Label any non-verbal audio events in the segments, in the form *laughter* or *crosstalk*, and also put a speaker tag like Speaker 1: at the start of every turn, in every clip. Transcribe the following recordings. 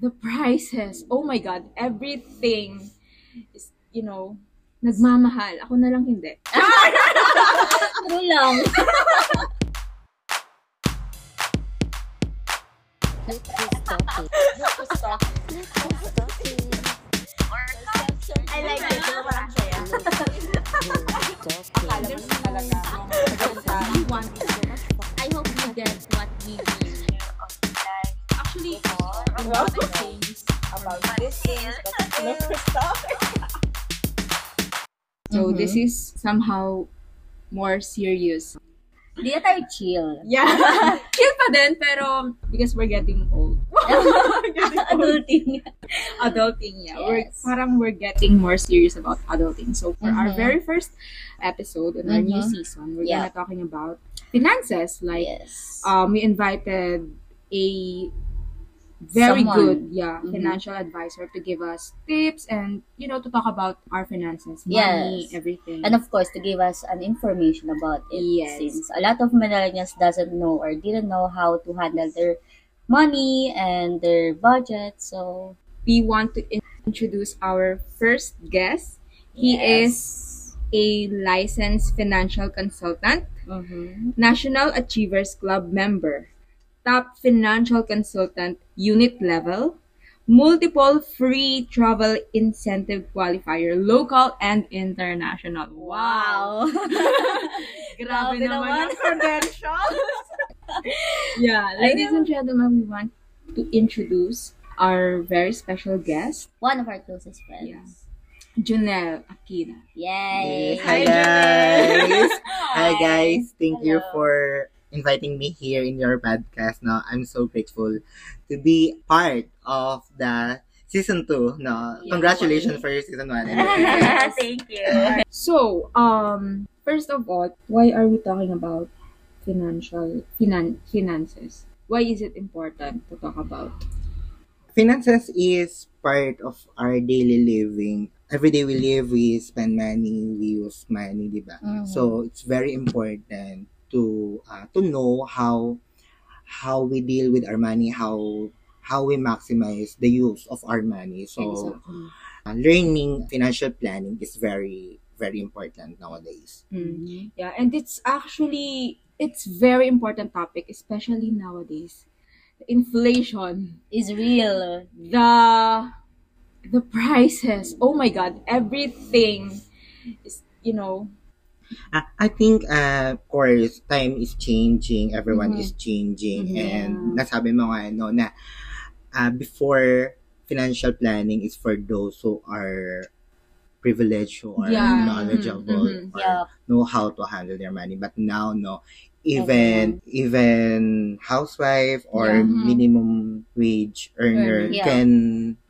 Speaker 1: the prices. Oh my God, everything is, you know, nagmamahal. Ako na lang hindi.
Speaker 2: True lang.
Speaker 3: I like it. Hindi ko parang saya. Akala mo na talaga.
Speaker 1: We want
Speaker 2: I hope you get what we mean.
Speaker 1: actually a
Speaker 3: Wow.
Speaker 1: lot of things.
Speaker 3: About this things, but look for stuff.
Speaker 1: So
Speaker 2: Mhm.
Speaker 1: this is somehow more
Speaker 2: *laughs*
Speaker 1: serious.
Speaker 2: Hindi na tayo chill.
Speaker 1: Yeah. Chill pa din, pero because we're getting
Speaker 2: *laughs*
Speaker 1: old.
Speaker 2: Adulting.
Speaker 1: adulting yeah we're
Speaker 2: Yes.
Speaker 1: parang we're getting more serious about adulting so for our
Speaker 2: Mhm.
Speaker 1: very first episode in our new
Speaker 2: Mhm.
Speaker 1: season we're
Speaker 2: Yeah.
Speaker 1: gonna talking about finances like
Speaker 2: yes.
Speaker 1: um we invited a very
Speaker 2: Someone.
Speaker 1: good yeah
Speaker 2: Mhm.
Speaker 1: financial advisor to give us tips and you know to talk about our finances money
Speaker 2: Yes.
Speaker 1: everything
Speaker 2: And of course, to give us an information about it,
Speaker 1: Yes.
Speaker 2: since a lot of millennials doesn't know or didn't know how to handle their money and their budget. So
Speaker 1: we want to in- introduce our first guest he is a licensed financial consultant Mm-hmm.
Speaker 2: Mhm.
Speaker 1: National Achievers Club member, top financial consultant unit level, multiple free travel incentive qualifier, local and international.
Speaker 2: Wow. *laughs*
Speaker 1: *laughs* Grabe
Speaker 2: Grabe
Speaker 1: naman.
Speaker 2: naman.
Speaker 1: ang credentials. *laughs* yeah, ladies and gentlemen, we want to introduce our very special guest,
Speaker 2: One of our closest friends.
Speaker 1: Junelle Aquina.
Speaker 2: Yay!
Speaker 4: Yes. Hi,
Speaker 1: Hi, Junelle.
Speaker 4: guys. *laughs* Hi, guys. Thank you
Speaker 2: Hello.
Speaker 4: for inviting me here in your podcast. No, I'm so grateful to be part of the season two. No,
Speaker 2: Yeah.
Speaker 4: congratulations for your season one.
Speaker 2: *laughs* Thank you.
Speaker 1: So, um, first of all, why are we talking about financial finan finances? Why is it important to talk about?
Speaker 4: Finances is part of our daily living. Every day we live, we spend money, we use money, di ba?
Speaker 2: Mhm.
Speaker 4: So it's very important to uh, to know how how we deal with our money, how how we maximize the use of our money. So
Speaker 1: Exactly.
Speaker 4: uh, learning financial planning is very very important nowadays.
Speaker 1: Mm. Yeah, and it's actually it's very important topic, especially nowadays. The inflation,
Speaker 2: Is real.
Speaker 1: the the prices. Oh my God, everything is you know.
Speaker 4: I, I think uh, of course time is changing, everyone
Speaker 1: Mhm.
Speaker 4: is changing
Speaker 1: Mhm.
Speaker 4: and
Speaker 1: Yeah.
Speaker 4: nasabi mo nga no na uh, before financial planning is for those who are privileged who are
Speaker 1: Yeah. Mm-hmm.
Speaker 4: knowledgeable
Speaker 1: Mhm.
Speaker 4: or
Speaker 2: Yeah.
Speaker 4: know how to handle their money. But now, no, even even housewife or
Speaker 1: Yeah. Mhm.
Speaker 4: minimum wage
Speaker 1: Earner.
Speaker 4: earner
Speaker 2: Yeah.
Speaker 4: can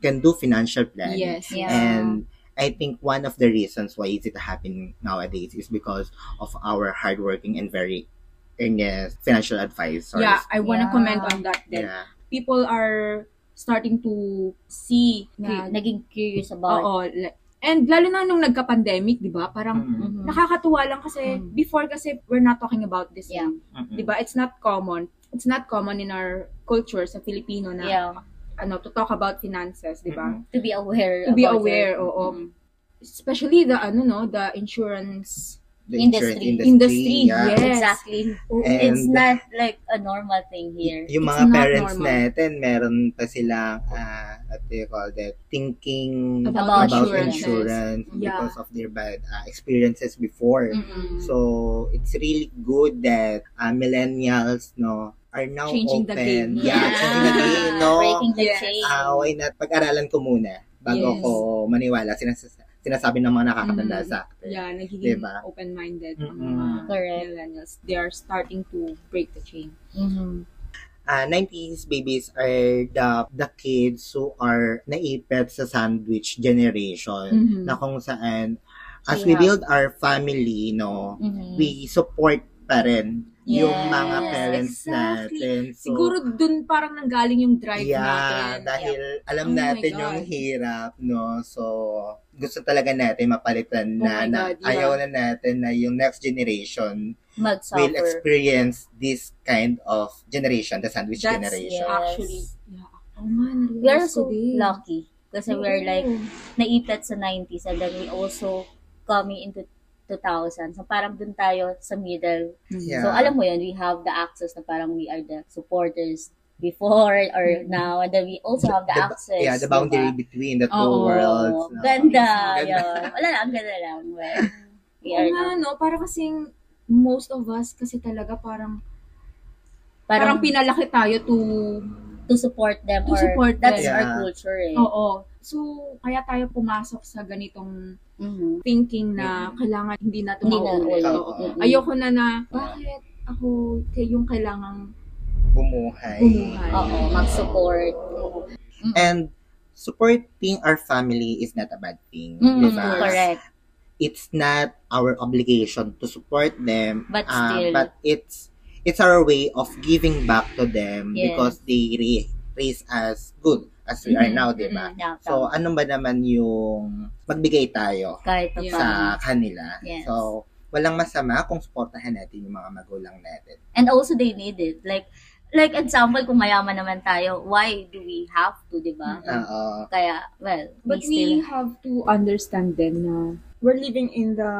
Speaker 4: can do financial planning.
Speaker 1: Yes.
Speaker 2: Yeah.
Speaker 4: And I think one of the reasons why is it happening nowadays is because of our hardworking and very earnest financial advisors.
Speaker 1: Yeah, I wanna
Speaker 2: Yeah.
Speaker 1: comment on that then.
Speaker 4: Yeah.
Speaker 1: People are starting to see
Speaker 2: Na,
Speaker 1: cre-
Speaker 2: naging curious about
Speaker 1: Oo. la- And lalo na nung nagka-pandemic, di ba? Parang
Speaker 4: Mm.
Speaker 2: Mhm.
Speaker 1: nakakatuwa lang kasi
Speaker 2: Mm.
Speaker 1: before kasi we're not talking about this.
Speaker 2: Yeah. Mm.
Speaker 4: Mm-mm.
Speaker 1: Di ba? It's not common. It's not common in our culture sa Filipino na
Speaker 2: yeah,
Speaker 1: ano to talk about finances, di ba?
Speaker 4: Mm-hmm.
Speaker 2: to be aware.
Speaker 1: To be
Speaker 2: about
Speaker 1: aware,
Speaker 2: it.
Speaker 1: oo.
Speaker 2: Mhm.
Speaker 1: Especially the ano no, the insurance.
Speaker 4: The
Speaker 2: Industry.
Speaker 4: insurance
Speaker 1: Industry,
Speaker 4: yeah.
Speaker 1: yes.
Speaker 2: Exactly.
Speaker 1: Oo.
Speaker 4: And-
Speaker 2: it's not like a normal thing here.
Speaker 4: Yung
Speaker 1: It's
Speaker 4: mga
Speaker 1: not
Speaker 4: parents
Speaker 1: normal.
Speaker 4: natin, meron pa silang, uh, what do you call that, thinking
Speaker 1: About
Speaker 4: about,
Speaker 1: insurances.
Speaker 4: insurance,
Speaker 1: Yeah.
Speaker 4: because of their bad uh, experiences before.
Speaker 1: Mm-mm.
Speaker 4: So, it's really good that uh, millennials, no, are now
Speaker 1: Changing the game.
Speaker 4: open. Yeah, changing the game,
Speaker 1: *laughs*
Speaker 4: no.
Speaker 2: Breaking the
Speaker 1: Yes.
Speaker 2: chain.
Speaker 4: Ah, why not, pag-aralan ko muna bago
Speaker 1: Yes.
Speaker 4: ko maniwala. Sinas- sinasabi ng mga nakakatanda
Speaker 1: Mhm.
Speaker 4: sa akin.
Speaker 1: Yeah, nagiging
Speaker 4: Diba?
Speaker 1: open-minded ang
Speaker 4: Mm-mm.
Speaker 1: mga
Speaker 2: Correct.
Speaker 1: millennials. They are starting to break the chain.
Speaker 2: Mhm.
Speaker 4: uh, 90s babies are the the kids who are naipit sa sandwich generation
Speaker 1: Mhm.
Speaker 4: na kung saan as we
Speaker 2: Yeah.
Speaker 4: build our family no
Speaker 2: Mhm.
Speaker 1: Mm-hmm.
Speaker 4: we support pa rin yung
Speaker 2: Yes,
Speaker 4: mga parents
Speaker 1: exactly.
Speaker 4: natin so,
Speaker 1: Siguro dun parang nanggaling yung drive
Speaker 4: yeah,
Speaker 1: natin.
Speaker 4: dahil alam
Speaker 1: Oh my
Speaker 4: natin
Speaker 1: God.
Speaker 4: yung hirap, no? So, gusto talaga natin
Speaker 1: Oh
Speaker 4: mapalitan
Speaker 1: my
Speaker 4: na, na
Speaker 1: God, yeah.
Speaker 4: ayaw na natin na yung next generation
Speaker 2: Mag-suffer.
Speaker 4: will experience this kind of generation, the sandwich
Speaker 1: That's-
Speaker 2: Yes.
Speaker 4: generation.
Speaker 1: Actually, yeah, Oh, man,
Speaker 2: We are
Speaker 1: realize
Speaker 2: so
Speaker 1: ko din.
Speaker 2: lucky kasi we are like
Speaker 1: Mm-hmm.
Speaker 2: naipit sa 90s and then we also coming into 2000. So parang dun tayo sa middle.
Speaker 4: Yeah.
Speaker 2: So alam mo yun, we have the access na parang we are the supporters before or now and then we also have the, access.
Speaker 4: Yeah, Mm-hmm. the boundary
Speaker 2: diba?
Speaker 4: between the two
Speaker 1: Oo.
Speaker 4: worlds.
Speaker 2: Oo,
Speaker 4: no?
Speaker 2: ganda.
Speaker 4: Ganda.
Speaker 2: yun. Wala lang, ang ganda lang. Well, we
Speaker 1: Oo
Speaker 2: are
Speaker 1: nga,
Speaker 2: now.
Speaker 1: Oh, no? Para kasing most of us kasi talaga parang parang,
Speaker 2: Parang,
Speaker 1: pinalaki tayo to
Speaker 2: to support them
Speaker 1: To
Speaker 2: or
Speaker 1: support
Speaker 2: that's
Speaker 4: them.
Speaker 2: our
Speaker 4: Yeah.
Speaker 2: culture eh.
Speaker 1: Oo. So, kaya tayo pumasok sa ganitong
Speaker 2: Mhm.
Speaker 1: thinking na kailangan hindi na
Speaker 2: Hindi na
Speaker 1: tumawag.
Speaker 2: ulit.
Speaker 4: Oo.
Speaker 2: Mhm.
Speaker 1: Ayoko na na, Mm. bakit ako kay- yung kailangang
Speaker 4: Bumuhay.
Speaker 1: bumuhay.
Speaker 2: Oo, mag-support.
Speaker 4: And supporting our family is not a bad thing.
Speaker 2: Mm,
Speaker 4: diba?
Speaker 2: Correct.
Speaker 4: It's not our obligation to support them.
Speaker 2: But
Speaker 4: uh,
Speaker 2: still.
Speaker 4: But it's it's our way of giving back to them
Speaker 2: Yes.
Speaker 4: because they ra- raise us good as we are
Speaker 2: Mhm,
Speaker 4: now, di ba?
Speaker 2: mhm, yeah,
Speaker 4: So,
Speaker 2: tama.
Speaker 4: ano ba naman yung magbigay tayo
Speaker 2: kahit pa
Speaker 1: Yeah.
Speaker 2: paano.
Speaker 4: sa kanila?
Speaker 2: Diba? Yes.
Speaker 4: So, walang masama kung supportahan natin yung mga magulang natin.
Speaker 2: And also they need it. Like, like example, kung mayaman naman tayo, why do we have to, di ba?
Speaker 4: Oo.
Speaker 2: Kaya, well,
Speaker 1: But we
Speaker 2: we, still,
Speaker 1: have to understand din na we're living in the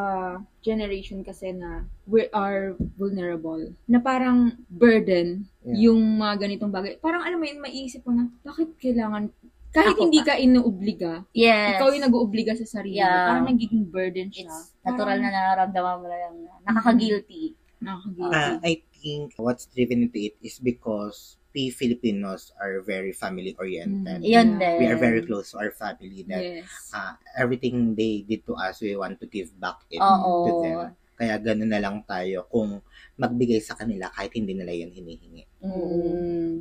Speaker 1: generation kasi na we are vulnerable. Na parang burden
Speaker 4: Yeah.
Speaker 1: yung mga ganitong bagay. Parang alam mo yun, maisip ko na, bakit kailangan, kahit
Speaker 2: Ako
Speaker 1: hindi ka inuobliga,
Speaker 2: yes.
Speaker 1: ikaw yung nag-uobliga sa sarili. mo.
Speaker 2: Yeah.
Speaker 1: Parang nagiging burden siya.
Speaker 2: It's natural na nararamdaman mo lang na nakaka-guilty.
Speaker 1: Nakakagilty.
Speaker 4: Ah, I think what's driven into it is because we Filipinos are very family
Speaker 1: Mm.
Speaker 4: oriented.
Speaker 2: Yun
Speaker 1: Yeah.
Speaker 2: din.
Speaker 4: We are very close to our family that
Speaker 1: yes.
Speaker 4: ah, everything they did to us, we want to give back it to
Speaker 2: Oo.
Speaker 4: them. Kaya gano'n na lang tayo kung magbigay sa kanila kahit hindi nila yun hinihingi. Mm-hmm.
Speaker 2: Mm.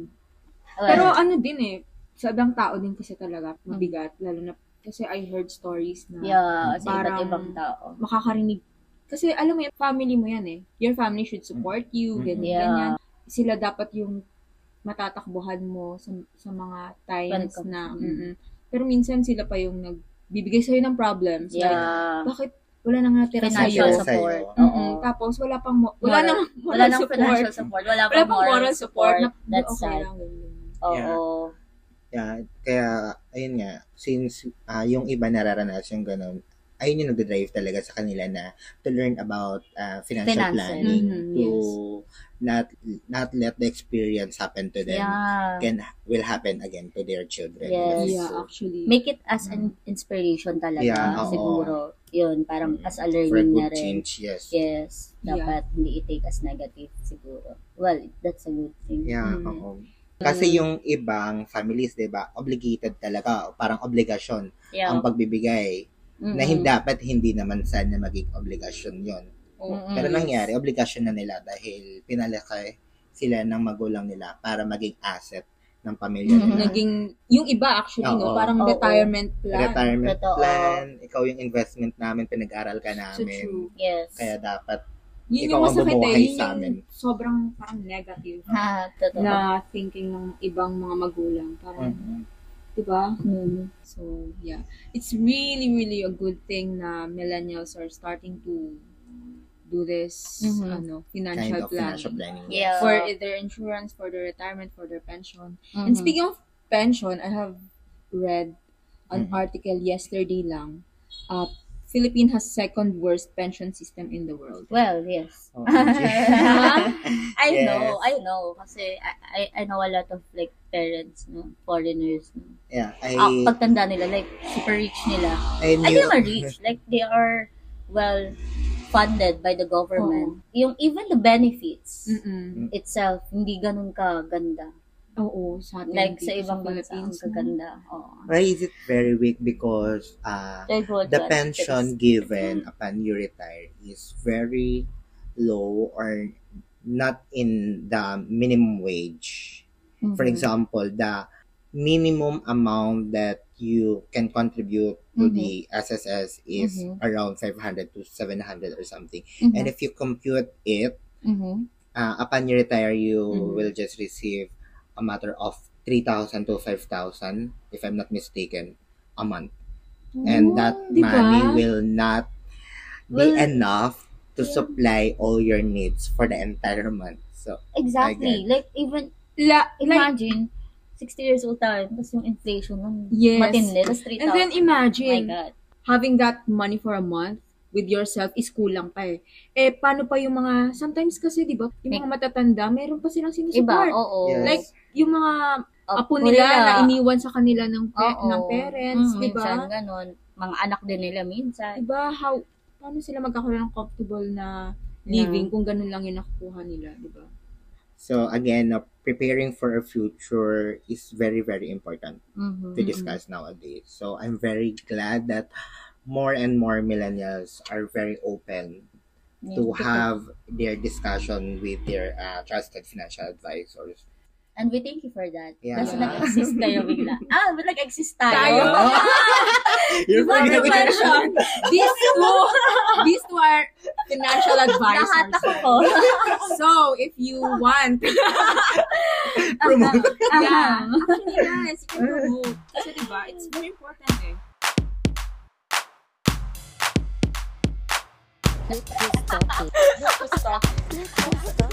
Speaker 2: Well,
Speaker 1: Pero ano din eh, sa ibang tao din kasi talaga mabigat. Lalo na, kasi I heard stories na
Speaker 2: Mm. yeah, sa iba't
Speaker 1: Parang-
Speaker 2: ibang tao.
Speaker 1: makakarinig. Kasi alam mo yun, family mo yan eh. Your family should support you,
Speaker 4: Mm.
Speaker 1: ganyan,
Speaker 2: Yeah.
Speaker 1: ganyan. Sila dapat yung matatakbuhan mo sa, sa mga times
Speaker 2: Welcome. Mm.
Speaker 1: na, mm-mm. pero minsan sila pa yung nagbibigay sa'yo ng problems. Like,
Speaker 2: Yeah.
Speaker 1: bakit wala nang natira
Speaker 2: Financial
Speaker 1: sa'yo?
Speaker 4: Sa'yo.
Speaker 2: support. Oo.
Speaker 4: Sa'yo.
Speaker 1: Mm-mm. Tapos wala pang, mo- wala,
Speaker 2: Moral-
Speaker 1: nang
Speaker 2: Wala
Speaker 1: moral
Speaker 2: nang
Speaker 1: support.
Speaker 2: financial support. Wala,
Speaker 1: Wala pang moral support. na,
Speaker 2: That's
Speaker 1: okay
Speaker 2: sad.
Speaker 1: lang. ganyan.
Speaker 2: Oo.
Speaker 4: Yeah. Yeah, kaya, ayun nga, since ah, yung iba nararanas yung gano'n, ayun yung nagdadrive talaga sa kanila na to learn about ah, financial
Speaker 2: Finances. Mm-hmm,
Speaker 4: planning.
Speaker 1: Mhm,
Speaker 4: To
Speaker 1: yes.
Speaker 4: not not let the experience happen to them.
Speaker 2: Yeah.
Speaker 4: can will happen again to their children.
Speaker 2: Yes.
Speaker 1: Yeah,
Speaker 4: So,
Speaker 1: actually.
Speaker 2: Make it as an inspiration talaga.
Speaker 4: Yeah, oo. Mm.
Speaker 2: siguro. Yun, parang as a
Speaker 4: for a
Speaker 2: learning na
Speaker 4: good
Speaker 2: rin.
Speaker 4: change, yes.
Speaker 2: Yes.
Speaker 1: Yeah.
Speaker 2: Dapat hindi i-take as negative siguro. Well, that's a good thing.
Speaker 4: Yeah,
Speaker 1: Mm.
Speaker 4: oo.
Speaker 2: Mm-hmm.
Speaker 4: Kasi yung ibang families, 'di ba, obligated talaga, o parang obligasyon
Speaker 2: Yeah. Mm-hmm.
Speaker 4: ang pagbibigay
Speaker 2: Mm-mm.
Speaker 4: na hindi dapat hindi naman sana maging obligasyon 'yon.
Speaker 2: Mm-mm.
Speaker 1: Mm.
Speaker 4: Pero nangyari, obligasyon na nila dahil pinalaki sila ng magulang nila para maging asset ng pamilya
Speaker 1: Mm-hmm.
Speaker 2: Mhm.
Speaker 4: nila.
Speaker 1: naging, yung iba actually, no?
Speaker 4: Oo.
Speaker 1: Parang
Speaker 2: Oo.
Speaker 1: retirement plan.
Speaker 4: Retirement
Speaker 2: Totoo.
Speaker 4: plan, ikaw yung investment namin, pinag-aral ka
Speaker 1: So true.
Speaker 4: namin.
Speaker 2: Yes.
Speaker 4: Kaya dapat
Speaker 1: Yun yung
Speaker 4: Ikaw ang
Speaker 1: masakit eh.
Speaker 4: bumuhay
Speaker 1: Yun
Speaker 4: sa amin.
Speaker 1: yung sobrang parang negative
Speaker 2: Ha, Ah, totoo.
Speaker 1: na thinking ng ibang mga magulang. Parang,
Speaker 4: mm,
Speaker 1: di ba?
Speaker 2: Mm.
Speaker 1: So, yeah. It's really, really a good thing na millennials are starting to do this
Speaker 2: Mhm.
Speaker 1: ano
Speaker 4: kind
Speaker 1: financial
Speaker 4: of financial
Speaker 1: planning.
Speaker 4: planning.
Speaker 2: Yeah.
Speaker 1: For their insurance, for their retirement, for their pension.
Speaker 2: Mhm.
Speaker 1: And speaking of pension, I have read an
Speaker 4: Mhm.
Speaker 2: Mm-hmm.
Speaker 1: article yesterday lang. Uh, Philippine has second worst pension system in the world.
Speaker 2: Well, *laughs* yes.
Speaker 4: Oh, yeah.
Speaker 2: I
Speaker 4: Yes.
Speaker 2: know, I know. Kasi I, I, I know a lot of like parents, no? foreigners. No?
Speaker 1: *laughs*
Speaker 4: Yeah, I,
Speaker 2: Ah,
Speaker 1: Oh,
Speaker 2: pagtanda nila, like super rich nila. Ay,
Speaker 4: I knew.
Speaker 2: yung
Speaker 4: *laughs*
Speaker 2: rich. Like, they are well funded by the government. Yung even the benefits
Speaker 1: Mm-mm.
Speaker 2: itself, hindi ganun kaganda.
Speaker 1: Oo, sa atin.
Speaker 2: Like,
Speaker 1: dito
Speaker 2: sa ibang bansa, ang
Speaker 1: Philippines, no?
Speaker 2: kaganda. Oo.
Speaker 4: Why is it very weak? Because uh,
Speaker 2: Like, what that
Speaker 4: the pension
Speaker 1: Mm-hmm.
Speaker 4: given upon you retire is very low or not in the minimum wage.
Speaker 1: Mm-hmm.
Speaker 2: is. Mhm.
Speaker 4: For example, the minimum amount that you can contribute to
Speaker 2: Mhm.
Speaker 4: the
Speaker 1: Mm-hmm.
Speaker 4: SSS is
Speaker 2: Mhm.
Speaker 4: around 500 to 700 or something.
Speaker 1: Mm-hmm.
Speaker 2: Mhm.
Speaker 4: And if you compute it,
Speaker 2: Mhm.
Speaker 4: uh, upon you retire, you
Speaker 1: Mhm.
Speaker 4: will just receive a matter of 3,000 to 5,000, if I'm not mistaken, a month. And that
Speaker 2: Mm-hmm.
Speaker 1: di ba?
Speaker 4: money will not
Speaker 2: Well,
Speaker 4: be enough to supply all your needs for the entire month. So,
Speaker 2: Exactly.
Speaker 4: Again.
Speaker 2: Like, even,
Speaker 1: La, like,
Speaker 2: imagine, 60 years old tayo, tapos yung inflation nun,
Speaker 1: Yes.
Speaker 2: matindi, tapos
Speaker 1: And
Speaker 2: 3,000.
Speaker 1: then
Speaker 2: oh my
Speaker 1: imagine,
Speaker 2: God.
Speaker 1: having that money for a month with yourself is kulang pa eh. Eh, paano pa yung mga, sometimes kasi, di ba, yung mga matatanda, meron pa silang
Speaker 2: Iba, oh.
Speaker 1: sinusupport.
Speaker 2: oo.
Speaker 4: Yes.
Speaker 1: Like, yung mga
Speaker 2: Apo
Speaker 1: apo nila na iniwan sa kanila ng, pe-
Speaker 2: Oo.
Speaker 1: ng parents, diba?
Speaker 2: Mm,
Speaker 1: di ba?
Speaker 2: Minsan ganun. Mga anak din nila minsan.
Speaker 1: Di ba, how, paano sila magkakaroon ng comfortable na living kung ganun lang yung nakukuha nila, di ba?
Speaker 4: So again, uh, preparing for a future is very, very important
Speaker 2: Mhm.
Speaker 4: to discuss nowadays. So I'm very glad that more and more millennials are very open
Speaker 2: Yeah.
Speaker 4: to have their discussion with their uh, trusted financial advisors.
Speaker 2: And we thank you for that.
Speaker 4: Yeah.
Speaker 2: Kasi nag-exist kayo
Speaker 4: *laughs*
Speaker 2: bigla. Ah, but nag-exist *laughs*
Speaker 1: Tayo.
Speaker 2: tayo.
Speaker 4: You're
Speaker 1: Diba,
Speaker 4: forgetting-
Speaker 1: diba? These two, these two are financial
Speaker 2: Lahat
Speaker 1: advisors.
Speaker 2: ako ko.
Speaker 1: So, if you want
Speaker 4: *laughs* Promote.
Speaker 1: Yeah. Actually, yes. You can promote. Kasi diba, it's very important eh.
Speaker 3: Gusto. Gusto.